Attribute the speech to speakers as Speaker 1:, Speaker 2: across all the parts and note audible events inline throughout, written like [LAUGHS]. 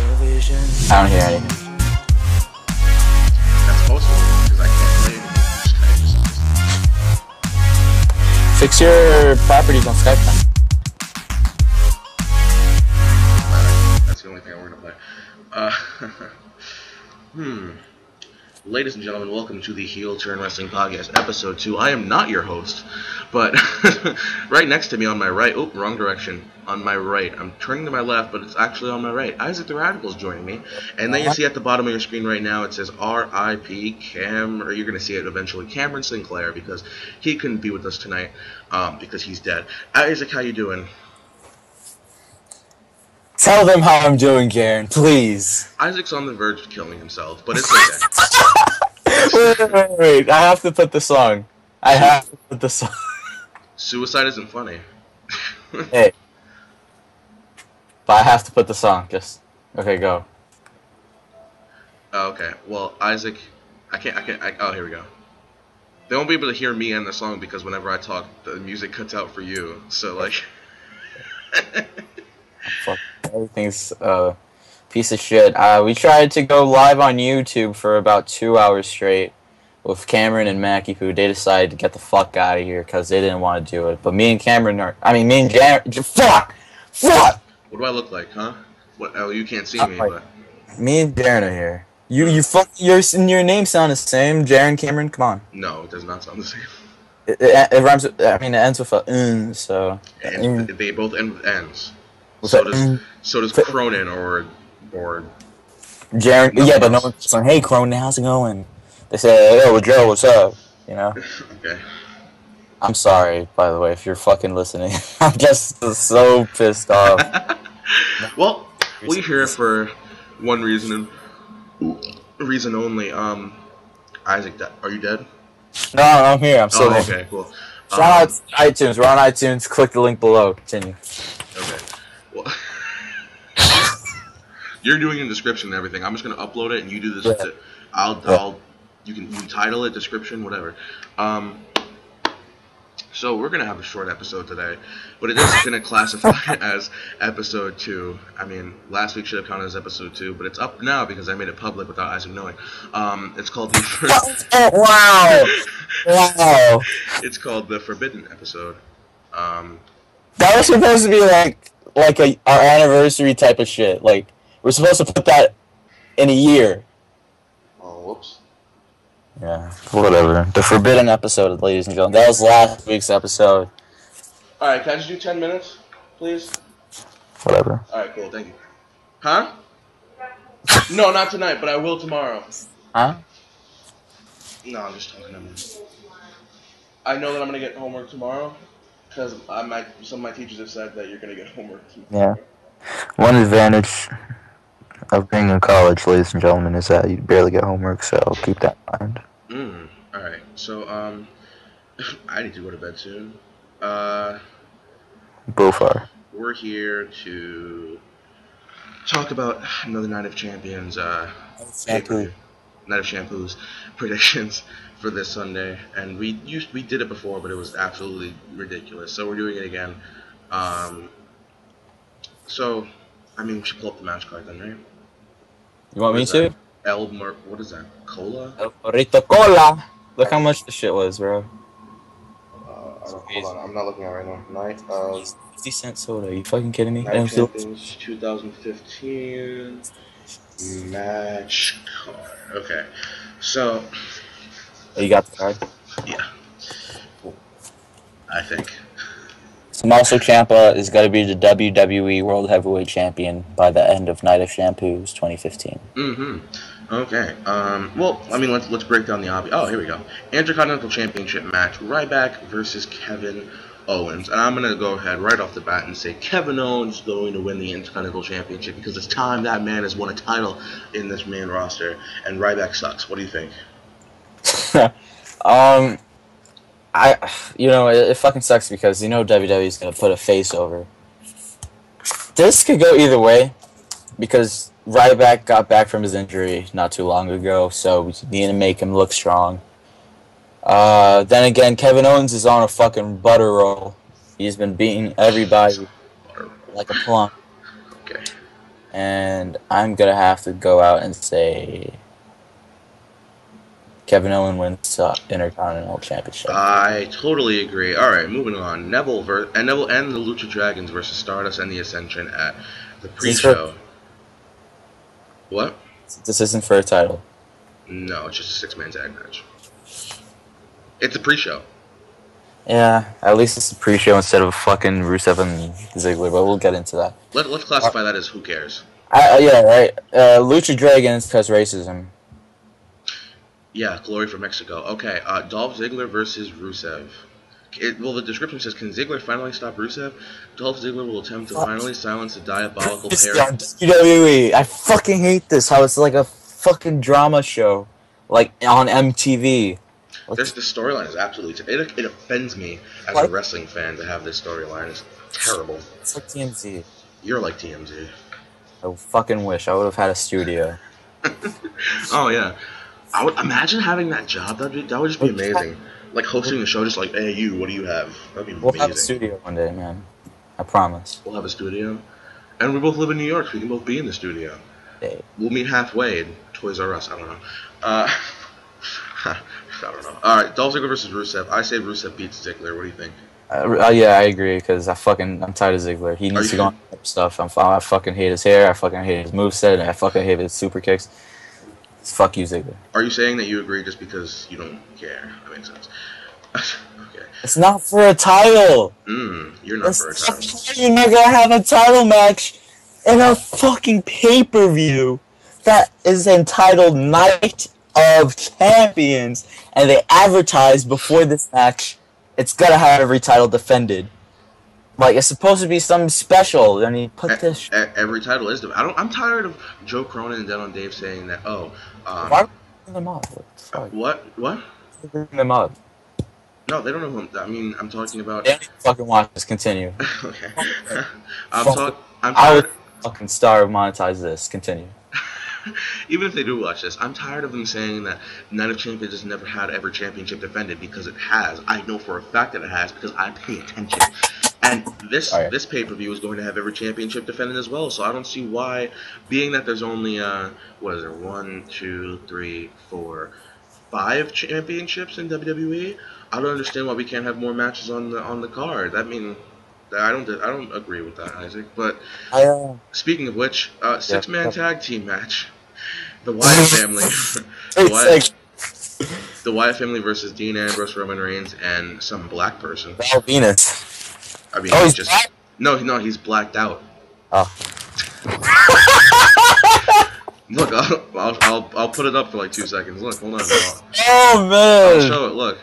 Speaker 1: I don't hear anything.
Speaker 2: That's possible because I can't play it. I'm just kind of just
Speaker 1: Fix your properties on Skype then.
Speaker 2: That's the only thing we're gonna play. Uh, [LAUGHS] hmm. Ladies and gentlemen, welcome to the Heel Turn Wrestling Podcast, episode two. I am not your host, but [LAUGHS] right next to me on my right, oh, wrong direction. On my right, I'm turning to my left, but it's actually on my right. Isaac the Radical's joining me, and then you see at the bottom of your screen right now it says R.I.P. Cam, or you're gonna see it eventually, Cameron Sinclair, because he couldn't be with us tonight um, because he's dead. Isaac, how you doing?
Speaker 1: Tell them how I'm doing, Karen, please.
Speaker 2: Isaac's on the verge of killing himself, but it's okay.
Speaker 1: Wait, wait, wait, wait. I have to put the song. I have to put the song. [LAUGHS]
Speaker 2: Suicide isn't funny. [LAUGHS]
Speaker 1: Hey. But I have to put the song. Just okay, go.
Speaker 2: Oh, okay. Well, Isaac, I can't. I can't. I, oh, here we go. They won't be able to hear me and the song because whenever I talk, the music cuts out for you. So like,
Speaker 1: Fuck. Everything's uh, piece of shit. Uh, we tried to go live on YouTube for about two hours straight with Cameron and Mackie Poo. They decided to get the fuck out of here because they didn't want to do it. But me and Cameron are. I mean, me and Jar- J- Fuck! Fuck!
Speaker 2: what do I look like, huh? What? Oh, you can't see
Speaker 1: Oh,
Speaker 2: me,
Speaker 1: my-
Speaker 2: but
Speaker 1: Me and Darren are here. You, you fuck. Your, your name sound the same. Jaren Cameron, come on.
Speaker 2: no, it does not sound the same.
Speaker 1: It, it, it rhymes with. I mean, it ends with a "n," so.
Speaker 2: And they both end with ends.
Speaker 1: With
Speaker 2: So
Speaker 1: a
Speaker 2: does
Speaker 1: "n."
Speaker 2: so does Cronin or or
Speaker 1: Jaren, yeah, but no one's just like, "Hey, Cronin, how's it going?" They say, "Yo, Joe, what's up?" You know.
Speaker 2: okay.
Speaker 1: I'm sorry, by the way, if you're fucking listening. [LAUGHS] I'm just so pissed off.
Speaker 2: Well, we're here for one reason and reason only. Um, Isaac, di- are you dead?
Speaker 1: No, I'm here. I'm still
Speaker 2: oh,
Speaker 1: here.
Speaker 2: okay, cool. Um,
Speaker 1: Shout out to iTunes. We're on iTunes. Click the link below. Continue.
Speaker 2: Okay. Well, [LAUGHS] you're doing a description and everything. I'm just gonna upload it, and you do this.
Speaker 1: Yeah.
Speaker 2: I'll,
Speaker 1: Yeah.
Speaker 2: I'll, you can you title it, description, whatever. Um. So we're gonna have a short episode today, but it is
Speaker 1: [LAUGHS]
Speaker 2: gonna classify as episode two. I mean, last week should have counted as episode two, but it's up now because I made it public without Isaac knowing. Um, it's called the first,
Speaker 1: wow! Wow!
Speaker 2: it's called the forbidden episode. Um,
Speaker 1: That was supposed to be like like a our anniversary type of shit. Like we're supposed to put that in a year.
Speaker 2: oh, whoops.
Speaker 1: Yeah. Whatever. The forbidden episode, ladies and gentlemen. That was last week's episode.
Speaker 2: All right, can I just do ten minutes, please?
Speaker 1: Whatever.
Speaker 2: All right, cool. Thank you. Huh? No, not tonight, but I will tomorrow.
Speaker 1: Huh?
Speaker 2: No, I'm just talking to me. I know that I'm gonna get homework tomorrow because I my some of my teachers have said that you're gonna get [LAUGHS] homework. Tomorrow.
Speaker 1: Yeah. One advantage of being in college, ladies and gentlemen, is that you barely get homework, so keep that in mind.
Speaker 2: Mm, all right. So um, [LAUGHS] I need to go to bed soon. Uh,
Speaker 1: Both are.
Speaker 2: we're here to talk about another night of champions. Uh,
Speaker 1: Exactly.
Speaker 2: Night of Shampoos [LAUGHS] predictions for this Sunday, and we used we did it before, but it was absolutely ridiculous. So we're doing it again. Um, so, I mean, we should pull up the match card then, right?
Speaker 1: You want Oh, me to?
Speaker 2: El Mer- what is that? Cola?
Speaker 1: El Burrito Cola! Look how much the shit was, bro.
Speaker 2: Uh, hold on, I'm not looking at it right now. Night of
Speaker 1: 50 cent soda. you fucking kidding me?
Speaker 2: Night
Speaker 1: Damn,
Speaker 2: of
Speaker 1: still-
Speaker 2: Champions 2015 match card. Okay, so
Speaker 1: Oh, you got the card?
Speaker 2: yeah, I think.
Speaker 1: So Tommaso Ciampa is going to be the WWE World Heavyweight Champion by the end of Night of Shampoos 2015.
Speaker 2: Mm-hmm. Okay. Um, well, I mean, let's let's break down the obvious. Oh, here we go. Intercontinental Championship match: Ryback versus Kevin Owens. And I'm gonna go ahead right off the bat and say Kevin Owens is going to win the Intercontinental Championship because it's time that man has won a title in this main roster. And Ryback sucks. What do you think?
Speaker 1: Um, I, you know, it, it fucking sucks because you know WWE's gonna put a face over. This could go either way, because Ryback got back from his injury not too long ago, so we need to make him look strong. Uh, then again, Kevin Owens is on a fucking butter roll. He's been beating everybody like a plum,
Speaker 2: Okay.
Speaker 1: and I'm gonna have to go out and say Kevin Owen wins the Intercontinental Championship.
Speaker 2: I totally agree. All right, moving on. Neville ver- and Neville and the Lucha Dragons versus Stardust and the Ascension at the
Speaker 1: This is
Speaker 2: pre-show. What?
Speaker 1: this isn't for a title.
Speaker 2: No, it's just a six-man tag match. It's a pre-show.
Speaker 1: Yeah, at least it's a pre-show instead of fucking Rusev and Ziggler, but we'll get into that.
Speaker 2: Let, let's classify that as who cares.
Speaker 1: I, I- yeah, right. Uh, Lucha Dragons cause racism.
Speaker 2: Yeah, Glory from Mexico. Okay, uh, Dolph Ziggler versus Rusev. It, well, the description says, "Can Ziggler finally stop Rusev? Dolph Ziggler will attempt to finally silence the diabolical
Speaker 1: This
Speaker 2: pair."
Speaker 1: is on WWE. I fucking hate this. How it's like a fucking drama show, like on MTV. Like,
Speaker 2: There's the storyline is absolutely ter- it, it offends me as a
Speaker 1: What?
Speaker 2: wrestling fan to have this storyline. It's terrible.
Speaker 1: it's like TMZ.
Speaker 2: You're like TMZ.
Speaker 1: I fucking wish I would have had a studio.
Speaker 2: Oh yeah, I would imagine having that job. That'd be that would just be amazing. Like hosting the show, just like hey you, what do you have? That'd be
Speaker 1: We'll have a
Speaker 2: amazing.
Speaker 1: studio one day, man. I promise.
Speaker 2: We'll have a studio, and we both live in New York, so we can both be in the studio.
Speaker 1: Hey,
Speaker 2: We'll meet halfway in Toys R Us. I don't know. Uh, [LAUGHS] I don't know. All right, Dolph Ziggler versus Rusev. I say Rusev beats Ziggler. What do you think?
Speaker 1: Uh, uh, yeah, I agree because I fucking I'm tired of Ziggler. He needs
Speaker 2: you
Speaker 1: to go on stuff. I'm, I fucking hate his hair. I fucking hate his moveset. And I fucking hate his super kicks. Fuck you, Ziggler.
Speaker 2: Are you saying that you agree just because you don't care? That makes sense. [LAUGHS] okay.
Speaker 1: It's not for a title.
Speaker 2: Mm, you're not
Speaker 1: It's
Speaker 2: for a
Speaker 1: not
Speaker 2: title.
Speaker 1: for- You're not gonna have a title match in a fucking pay per view that is entitled Night of Champions, and they advertise before this match it's gonna have every title defended. Like it's supposed to be something special, and he put this.
Speaker 2: E- e- every title is. I don't. I'm tired of Joe Cronin and Denon Dave saying that. Oh,
Speaker 1: Why
Speaker 2: um,
Speaker 1: would you bring them up? What the fuck?
Speaker 2: what? What?
Speaker 1: Why would you Bring them up.
Speaker 2: No, they don't know who. I'm, I mean, I'm talking about.
Speaker 1: They don't even fucking watch this. Continue.
Speaker 2: [LAUGHS] okay. I'm
Speaker 1: Fuck.
Speaker 2: talking. I'm
Speaker 1: I
Speaker 2: tired.
Speaker 1: would fucking star of monetize this. Continue.
Speaker 2: Even if they do watch this, I'm tired of them saying that Night of Champions has never had every championship defended because it has. I know for a fact that it has because I pay attention. And this
Speaker 1: Alright.
Speaker 2: this pay per view is going to have every championship defended as well. So I don't see why, being that there's only uh what is there one two three four five championships in WWE, I don't understand why we can't have more matches on the on the card. I mean, I don't I don't agree with that, Isaac. But
Speaker 1: I, uh,
Speaker 2: Speaking of which, uh, six man
Speaker 1: yeah.
Speaker 2: tag team match. The Wyatt family. [LAUGHS] the,
Speaker 1: it's
Speaker 2: Wyatt,
Speaker 1: like,
Speaker 2: the Wyatt family versus Dean Ambrose, Roman Reigns, and some black person.
Speaker 1: Val Venus.
Speaker 2: I mean,
Speaker 1: Oh, he's
Speaker 2: just
Speaker 1: black?
Speaker 2: no, no, he's blacked out.
Speaker 1: Oh.
Speaker 2: [LAUGHS] Look, I'll, I'll, I'll, I'll put it up for like two seconds. Look, hold on. I'll,
Speaker 1: Oh
Speaker 2: I'll
Speaker 1: man.
Speaker 2: show it. Look,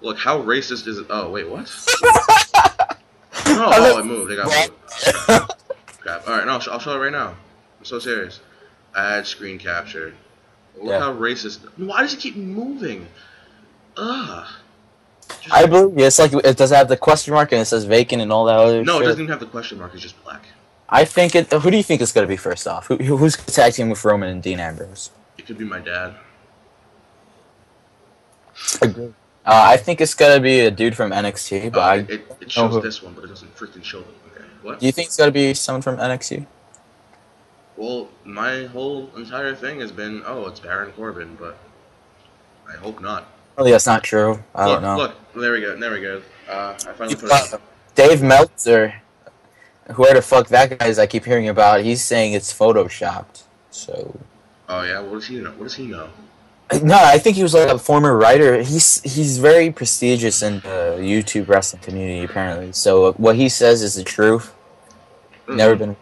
Speaker 2: look, how racist is it? Oh wait, what? no, oh, it moved. It got moved. Crap. All right, no, I'll sh- I'll show it right now. I'm so serious. Add screen capture. Look
Speaker 1: Yeah.
Speaker 2: how racist. Why does it keep moving? Ugh. Just-
Speaker 1: I believe you. It's like it does have the question mark and it says vacant and all that other
Speaker 2: no, it
Speaker 1: shit.
Speaker 2: doesn't even have the question mark. It's just black.
Speaker 1: I think it. Who do you think it's gonna be first off? Who, who- who's gonna tag team with Roman and Dean Ambrose?
Speaker 2: It could be my dad. Uh,
Speaker 1: Agree. Uh, I think it's gonna be a dude from NXT, but
Speaker 2: Uh,
Speaker 1: I,
Speaker 2: it, it, it
Speaker 1: know
Speaker 2: shows
Speaker 1: who-
Speaker 2: this one, but it doesn't freaking show it. Okay. What?
Speaker 1: do you think it's gonna be someone from NXT?
Speaker 2: Well, my whole entire thing has been, oh, it's Baron Corbin, but I hope not.
Speaker 1: Probably that's not true. I
Speaker 2: look,
Speaker 1: don't know.
Speaker 2: Look, there we go. There we go. Uh, I finally put it up.
Speaker 1: Uh, Dave Meltzer, whoever the fuck that guy is, I keep hearing about. He's saying it's photoshopped. So
Speaker 2: Oh yeah, what does he know? What does he know?
Speaker 1: no, I think he was like a former writer. He's he's very prestigious in the YouTube wrestling community apparently. So what he says is the truth.
Speaker 2: Hmm,
Speaker 1: Never been.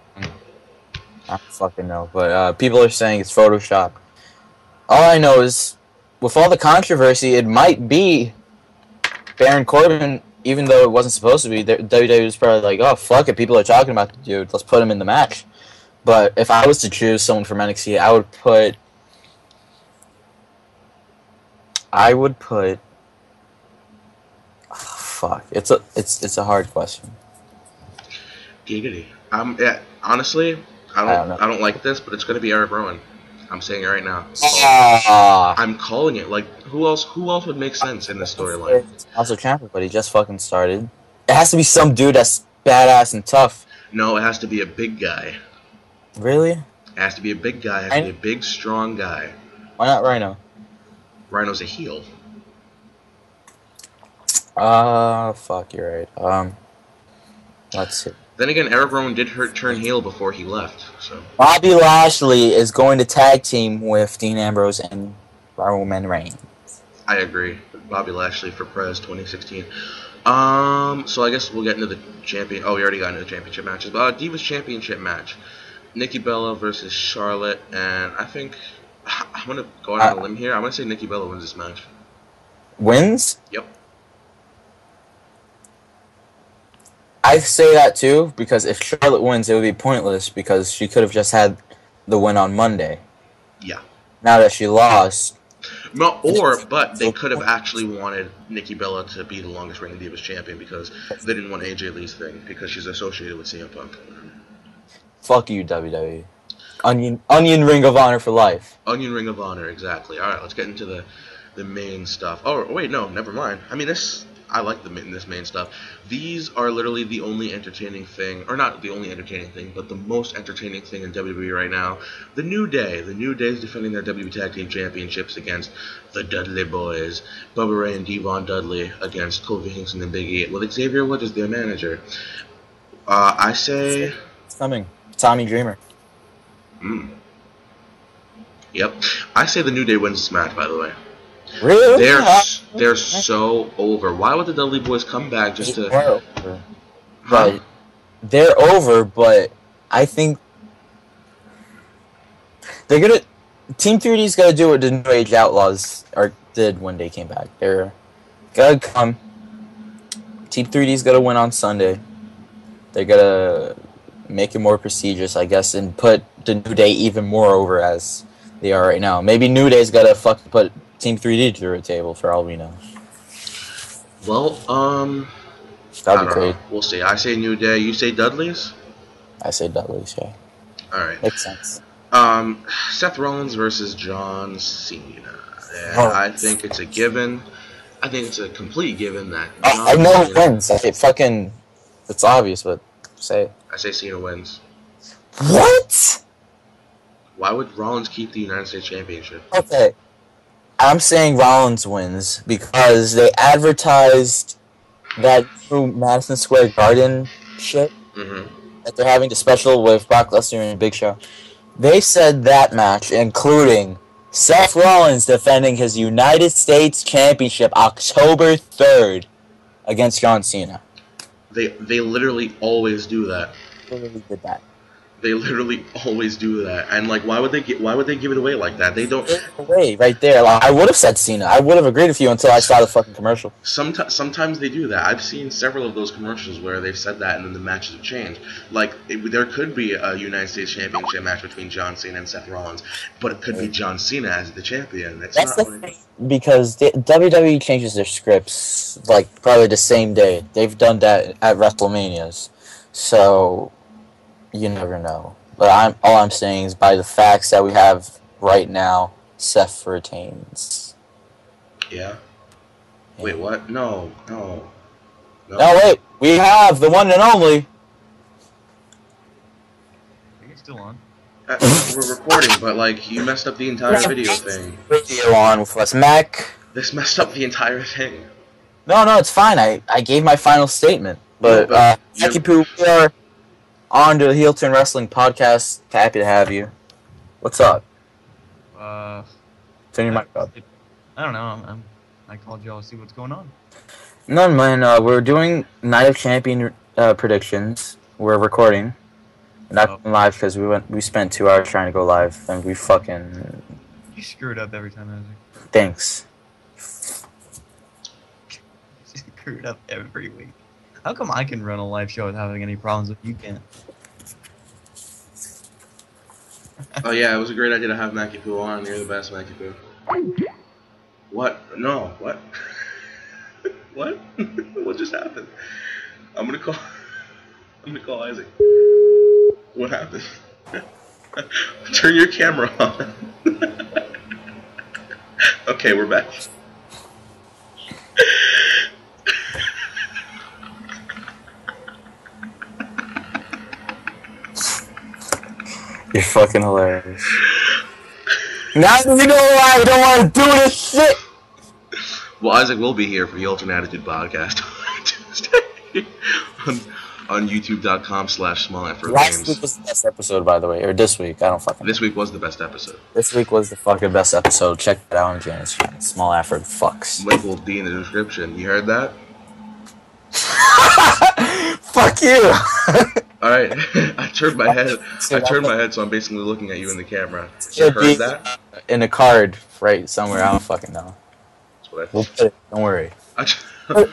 Speaker 1: I don't fucking know, but uh, people are saying it's Photoshop. All I know is, with all the controversy, it might be Baron Corbin. Even though it wasn't supposed to be, the- WWE was probably like, "Oh fuck it, people are talking about the dude. Let's put him in the match." But if I was to choose someone from NXT, I would put. I would put. ah, fuck, it's a it's it's a hard question.
Speaker 2: Giggity. Um, yeah, honestly, I don't, I
Speaker 1: I
Speaker 2: don't,
Speaker 1: don't know.
Speaker 2: like this, but it's gonna be Eric Rowan. I'm saying it right now.
Speaker 1: Ah.
Speaker 2: I'm calling it. Like, who else? Who else would make sense in this storyline?
Speaker 1: Also, Champa, but he just fucking started. It has to be some dude that's badass and tough.
Speaker 2: No, it has to be a big guy.
Speaker 1: Really?
Speaker 2: Has to be a big guy. Has
Speaker 1: I-
Speaker 2: to be a big, strong guy.
Speaker 1: Why not Rhino?
Speaker 2: Rhino's a heel.
Speaker 1: Ah, fuck, you're right. Um, let's see.
Speaker 2: Then again, Eric Rowan did hurt turn heel before he left. So
Speaker 1: Bobby Lashley is going to tag team with Dean Ambrose and Roman Reigns.
Speaker 2: I agree. Bobby Lashley for Prez 2016. Um, so I guess we'll get into the champion. Oh, we already got into the championship matches. But uh, Divas Championship match: Nikki Bella versus Charlotte, and I think [SIGHS] I'm gonna go out on a limb here. I'm gonna say Nikki Bella wins this match.
Speaker 1: Wins?
Speaker 2: Yep.
Speaker 1: I say that too because if Charlotte wins, it would be pointless because she could have just had the win on Monday.
Speaker 2: Yeah.
Speaker 1: Now that she lost,
Speaker 2: No, or but they could have actually wanted Nikki Bella to be the longest reigning Divas champion because they didn't want AJ Lee's thing because she's associated with CM Punk.
Speaker 1: fuck you, WWE. Onion, onion ring of honor for life.
Speaker 2: Onion Ring of Honor, exactly. All right, let's get into the the main stuff. Oh wait, no, never mind. I mean this. I like the main- this main stuff. These are literally the only entertaining thing, or not the only entertaining thing, but the most entertaining thing in WWE right now. The New Day. The New Day is defending their WWE Tag Team Championships against the Dudley Boys, Bubba Ray and Devon Dudley against Kofi Kingston and Big E, with Xavier Woods as their manager. Uh, I say.
Speaker 1: It's coming. Tommy Dreamer.
Speaker 2: Mm. Yep. I say the New Day wins this match, by the way.
Speaker 1: Really? [LAUGHS]
Speaker 2: They're they're so over. Why would the Dudley Boys come back just to?
Speaker 1: They're over. But they're over, but I think they're gonna Team 3D's gotta do what the New Age Outlaws are did when they came back. They're gonna come. Team 3D's gotta win on Sunday. They're gonna make it more prestigious, I guess, and put the New Day even more over as they are right now. Maybe New Day's gotta fucking put Team 3D through a table for all we know.
Speaker 2: Well, um, I
Speaker 1: That'd be
Speaker 2: don't
Speaker 1: great.
Speaker 2: know. We'll see. I say New Day. You say Dudleys.
Speaker 1: I say Dudley's, yeah.
Speaker 2: All right.
Speaker 1: Makes sense.
Speaker 2: Um, Seth Rollins versus John Cena. And
Speaker 1: Oh.
Speaker 2: I think it's a given. I think it's a complete given that.
Speaker 1: I, I
Speaker 2: John
Speaker 1: know it
Speaker 2: Cena-
Speaker 1: wins. Like, it fucking, it's obvious, but say it.
Speaker 2: I say Cena wins.
Speaker 1: What?
Speaker 2: Why would Rollins keep the United States Championship?
Speaker 1: Okay. I'm saying Rollins wins because they advertised that through Madison Square Garden shit
Speaker 2: Mm-hmm.
Speaker 1: that they're having the special with Brock Lesnar and Big Show. They said that match, including Seth Rollins defending his United States Championship October 3rd against John Cena.
Speaker 2: They they literally always do that.
Speaker 1: They really did that.
Speaker 2: They literally [LAUGHS] always do that. And like, why would they get? Why would they give it away like that? They don't.
Speaker 1: away right there. Like, I would have said Cena. I would have agreed with you until I saw the fucking commercial.
Speaker 2: Sometimes, sometimes they do that. I've seen several of those commercials where they've said that, and then the matches have changed. Like it, there could be a United States Championship match between John Cena and Seth Rollins, but it could be John Cena as the champion. It's
Speaker 1: That's the
Speaker 2: not like,
Speaker 1: thing because the, WWE changes their scripts like probably the same day. They've done that at WrestleManias, so you never know. But I'm all I'm saying is by the facts that we have right now, Seth retains.
Speaker 2: yeah. Wait, what? No, no, no.
Speaker 1: No, wait. We have the one and only.
Speaker 3: Are you still on?
Speaker 2: Uh, we're recording, but like you messed up the entire video thing.
Speaker 1: Video on with us, Mac.
Speaker 2: This messed up the entire thing.
Speaker 1: No, no, it's fine. I, I gave my final statement. But
Speaker 2: but
Speaker 1: uh,
Speaker 2: you-
Speaker 1: Jackie Poo, we are on to the Heel Turn Wrestling podcast. Happy to have you. What's up?
Speaker 3: Uh,
Speaker 1: Turn your
Speaker 3: I-
Speaker 1: mic up.
Speaker 3: I don't know. I'm, I'm, I called y'all to see what's going on.
Speaker 1: No, man. Uh, we're doing Night of Champion uh, predictions. We're recording. Not
Speaker 3: Oh.
Speaker 1: live because we went. We spent two hours trying to go live, and we fucking
Speaker 3: You screwed up every time, Isaac. [LAUGHS]
Speaker 1: thanks.
Speaker 3: You screwed up every week. How come I can run a live show without having any problems if you can't?
Speaker 2: Oh yeah, it was a great idea to have Mackie Poo on. You're the best, Mackie Poo. What? No. What? [LAUGHS] what? [LAUGHS] what just happened? I'm gonna call. [LAUGHS] I'm gonna call Isaac. What happened? [LAUGHS] Turn your camera on. [LAUGHS] okay, we're back.
Speaker 1: You're fucking [LAUGHS] hilarious. Now you know why I don't want to do this shit.
Speaker 2: Well, Isaac will be here for the Alternate Attitude podcast [LAUGHS] on Tuesday [LAUGHS] on, on youtube.com slash small effort
Speaker 1: Last week
Speaker 2: games.
Speaker 1: was the best episode, by the way, or this week. I don't fucking.
Speaker 2: This week was the best episode.
Speaker 1: This week was the fucking best episode. Check that out on Janet's channel. Small Alfred fucks.
Speaker 2: Link will be in the description. You heard that?
Speaker 1: [LAUGHS] Fuck you.
Speaker 2: All right. [LAUGHS] I turned my head.
Speaker 1: So
Speaker 2: I turned
Speaker 1: that's
Speaker 2: my head, so I'm basically looking at you in the camera.
Speaker 1: Yeah,
Speaker 2: You heard
Speaker 1: dude.
Speaker 2: that?
Speaker 1: [LAUGHS] in a card right somewhere. I don't fucking know.
Speaker 2: That's what I
Speaker 1: We'll put it. Don't worry.
Speaker 2: [LAUGHS] I ju-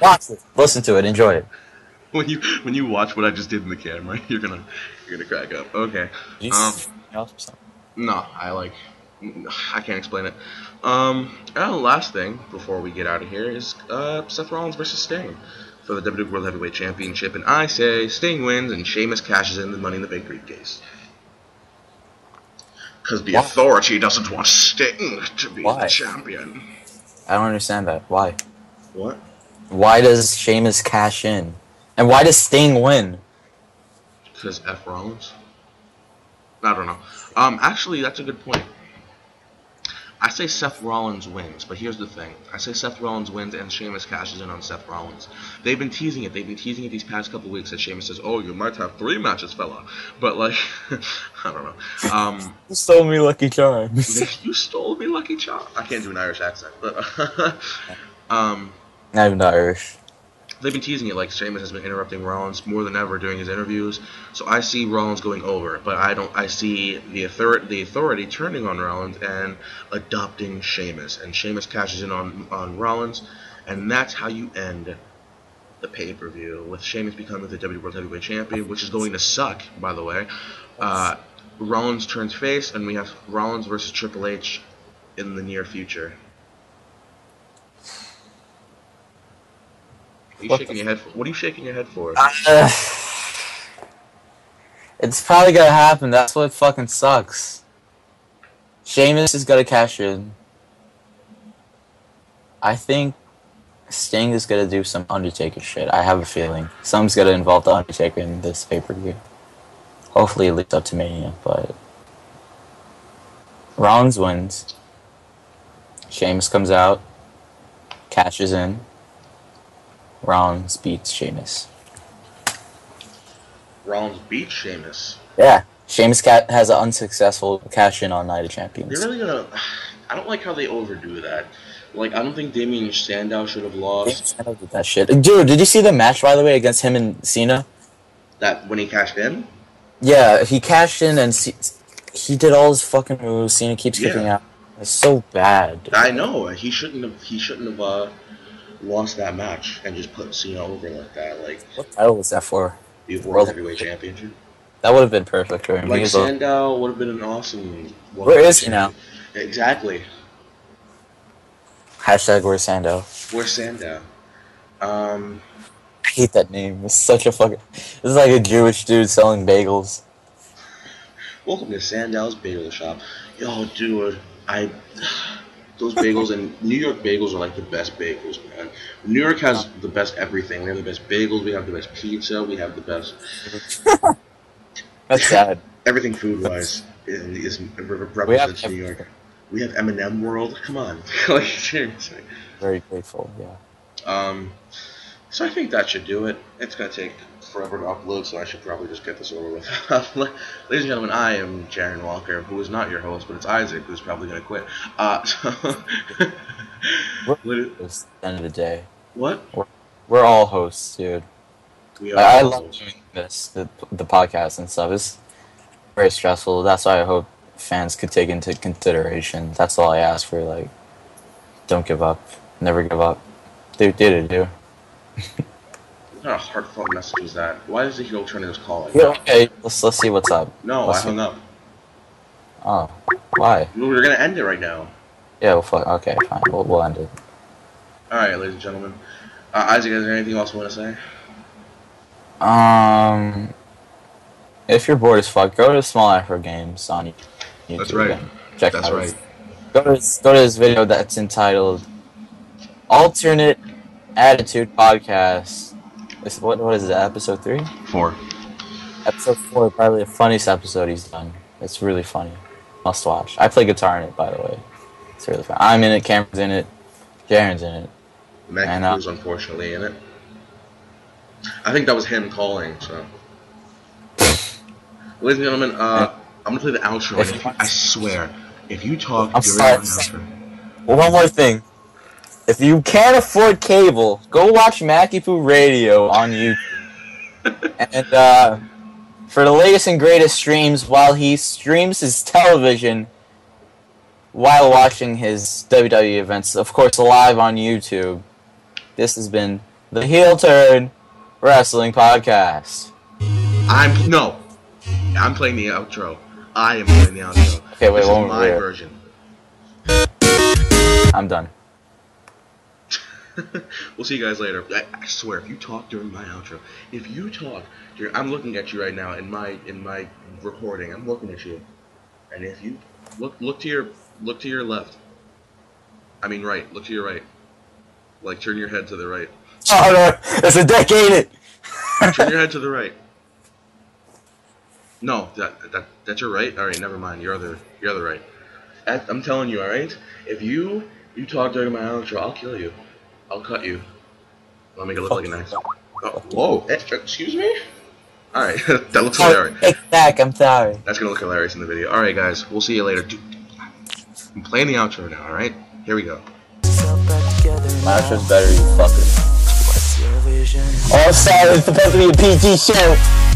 Speaker 1: Watch it. Listen to it. Enjoy it.
Speaker 2: [LAUGHS] when you when you watch what I just did in the camera, [LAUGHS] you're gonna you're gonna crack up. Okay.
Speaker 1: Did you
Speaker 2: Um,
Speaker 1: see anything else or something?
Speaker 2: No, I like I can't explain it. Um, and the last thing before we get out of here is uh, Seth Rollins versus Sting for the WWE World Heavyweight Championship, and I say Sting wins and Sheamus cashes in the Money in the Bank briefcase. Because the
Speaker 1: Why?
Speaker 2: authority doesn't want Sting to be
Speaker 1: Why?
Speaker 2: the champion.
Speaker 1: I don't understand that. Why?
Speaker 2: What?
Speaker 1: Why does Sheamus cash in? And why does Sting win?
Speaker 2: Because F Rollins? I don't know. Um, actually, that's a good point. I say Seth Rollins wins, but here's the thing. I say Seth Rollins wins and Sheamus cashes in on Seth Rollins. They've been teasing it. They've been teasing it these past couple weeks that Sheamus says, oh, you might have three matches, fella. But, like, [LAUGHS] I don't know. Um, [LAUGHS]
Speaker 1: You stole me Lucky Charms.
Speaker 2: you stole me Lucky Charm. I can't do an Irish accent, but... [LAUGHS] um,
Speaker 1: Not even Irish.
Speaker 2: they've been teasing it like Sheamus has been interrupting Rollins more than ever during his interviews. So I see Rollins going over, but I don't. I see the authority, the authority turning on Rollins and adopting Sheamus, and Sheamus cashes in on on Rollins, and that's how you end the pay per view with Sheamus becoming the WWE World Heavyweight Champion, which is going to suck, by the way. Uh, Rollins turns face, and we have Rollins versus Triple H in the near future. Are you
Speaker 1: What
Speaker 2: shaking
Speaker 1: the-
Speaker 2: your head for? What are you shaking your head for?
Speaker 1: Uh, [SIGHS] it's probably gonna happen. That's what fucking sucks. Sheamus is gonna cash in. I think Sting is gonna do some Undertaker shit. I have a feeling something's gonna involve the Undertaker in this pay per view. Hopefully, it leads up to Mania, but Rollins wins. Sheamus comes out, cashes in. Rollins beats Sheamus.
Speaker 2: Rollins beat Sheamus.
Speaker 1: Yeah. Seamus Cat has an unsuccessful cash in on Night of
Speaker 2: They're
Speaker 1: Champions.
Speaker 2: really gonna. I don't like how they overdo that. Like, I don't think Damien Sandow should have lost
Speaker 1: James Cena did that shit. Dude, did you see the match by the way against him and Cena?
Speaker 2: that when he cashed in.
Speaker 1: Yeah, he cashed in and C- he did all his fucking moves. Cena keeps
Speaker 2: Yeah.
Speaker 1: kicking out. It's so bad. dude.
Speaker 2: I know he shouldn't have. He shouldn't have uh, lost that match and just put Cena over like that. Like
Speaker 1: What title was that for?
Speaker 2: the World
Speaker 1: World-
Speaker 2: Heavyweight Championship.
Speaker 1: That would have been perfect for him.
Speaker 2: Like
Speaker 1: He was a-
Speaker 2: Sandow would have been an awesome. World
Speaker 1: Where
Speaker 2: Heavyweight
Speaker 1: is he now?
Speaker 2: Champion. Exactly.
Speaker 1: hashtag where's Sando.
Speaker 2: Where's Sandow? Um.
Speaker 1: I hate that name. It's such a fucking. This is like a Jewish dude selling bagels.
Speaker 2: Welcome to Sandow's Bagel Shop. Yo, dude, I [SIGHS] those
Speaker 1: [LAUGHS]
Speaker 2: bagels and New York bagels are like the best bagels, man. New York has the best everything. We have the best bagels. We have the best pizza. We have the best
Speaker 1: That's
Speaker 2: [LAUGHS]
Speaker 1: sad.
Speaker 2: everything food wise is, is represents
Speaker 1: have-
Speaker 2: New York. We have M&M World. Come on, [LAUGHS] like seriously.
Speaker 1: Very grateful. Yeah.
Speaker 2: Um, so I think that should do it. It's gonna take forever to upload, so I should probably just get this over with. [LAUGHS] Ladies and gentlemen, I am Jaren Walker, who is not your host, but it's Isaac, who's probably gonna quit. Uh, [LAUGHS] so Lady-
Speaker 1: It was the end of the day.
Speaker 2: what?
Speaker 1: We're all hosts, dude.
Speaker 2: We
Speaker 1: I, I love doing this, the, the podcast and stuff. It's very stressful. That's why I hope fans could take into consideration. That's all I ask for. Like, don't give up. Never give up. Do do do do.
Speaker 2: What kind of heartfelt message was that? Why is the heel turning this call? Like
Speaker 1: Yeah,
Speaker 2: that?
Speaker 1: okay. Let's let's see what's up.
Speaker 2: No, I
Speaker 1: Let's see.
Speaker 2: hung up.
Speaker 1: Oh, why?
Speaker 2: We We're gonna end it right now.
Speaker 1: Yeah. Well, fuck. Okay, fine. We'll, we'll end it.
Speaker 2: All right, ladies and gentlemen. Uh, Isaac, is there anything else you want to say?
Speaker 1: Um, if you're bored as fuck, go to Small Afro Games on YouTube.
Speaker 2: That's right.
Speaker 1: and Check
Speaker 2: That's
Speaker 1: out
Speaker 2: right.
Speaker 1: his- Go to his- go to this video that's entitled "Alternate Attitude Podcast." It's, what what is it? Episode three?
Speaker 2: Four.
Speaker 1: Episode four, probably the funniest episode he's done. It's really funny. Must watch. I play guitar in it, by the way. It's really fun. I'm in it. Cameron's in it. Jaren's in it. I
Speaker 2: Matt
Speaker 1: know.
Speaker 2: Cruz, unfortunately, in it. I think that was him calling, so. Ladies and gentlemen, uh, I'm gonna play the outro.
Speaker 1: If
Speaker 2: and if
Speaker 1: you-
Speaker 2: you- I swear, if you talk
Speaker 1: I'm
Speaker 2: during
Speaker 1: sorry.
Speaker 2: our outro,
Speaker 1: Well, one more thing. If you can't afford cable, go watch Mackie Poo Radio on YouTube. and uh, for the latest and greatest streams, while he streams his television while watching his WWE events, of course, live on YouTube, this has been the Heel Turn Wrestling Podcast.
Speaker 2: I'm no, I'm playing the outro. I am playing the outro.
Speaker 1: Okay, wait,
Speaker 2: this
Speaker 1: one more
Speaker 2: is my
Speaker 1: layer.
Speaker 2: version.
Speaker 1: I'm done.
Speaker 2: [LAUGHS] We'll see you guys later. I, I swear, if you talk during my outro, if you talk during, I'm looking at you right now in my in my recording. I'm looking at you, and if you look look to your look to your left, I mean right, look to your right, like turn your head to the right,
Speaker 1: Oh, no. It's a decade. it.
Speaker 2: turn your head to the right. No, that, that that's your right. All right, never mind. Your other your other right. That- I'm telling you, all right. If you you talk during my outro, I'll kill you. I'll cut you. I'll make it look like a nice. Oh, whoa! Eh, Excuse me. All right, [LAUGHS] that looks
Speaker 1: Oh.
Speaker 2: hilarious.
Speaker 1: Take it back. I'm sorry.
Speaker 2: That's gonna look hilarious in the video. All right, guys, we'll see you later. Dude, I'm playing the outro now. All right, here we go.
Speaker 1: My outro's better, you fucker.
Speaker 4: What's your vision?
Speaker 1: All stars supposed to be a PG show.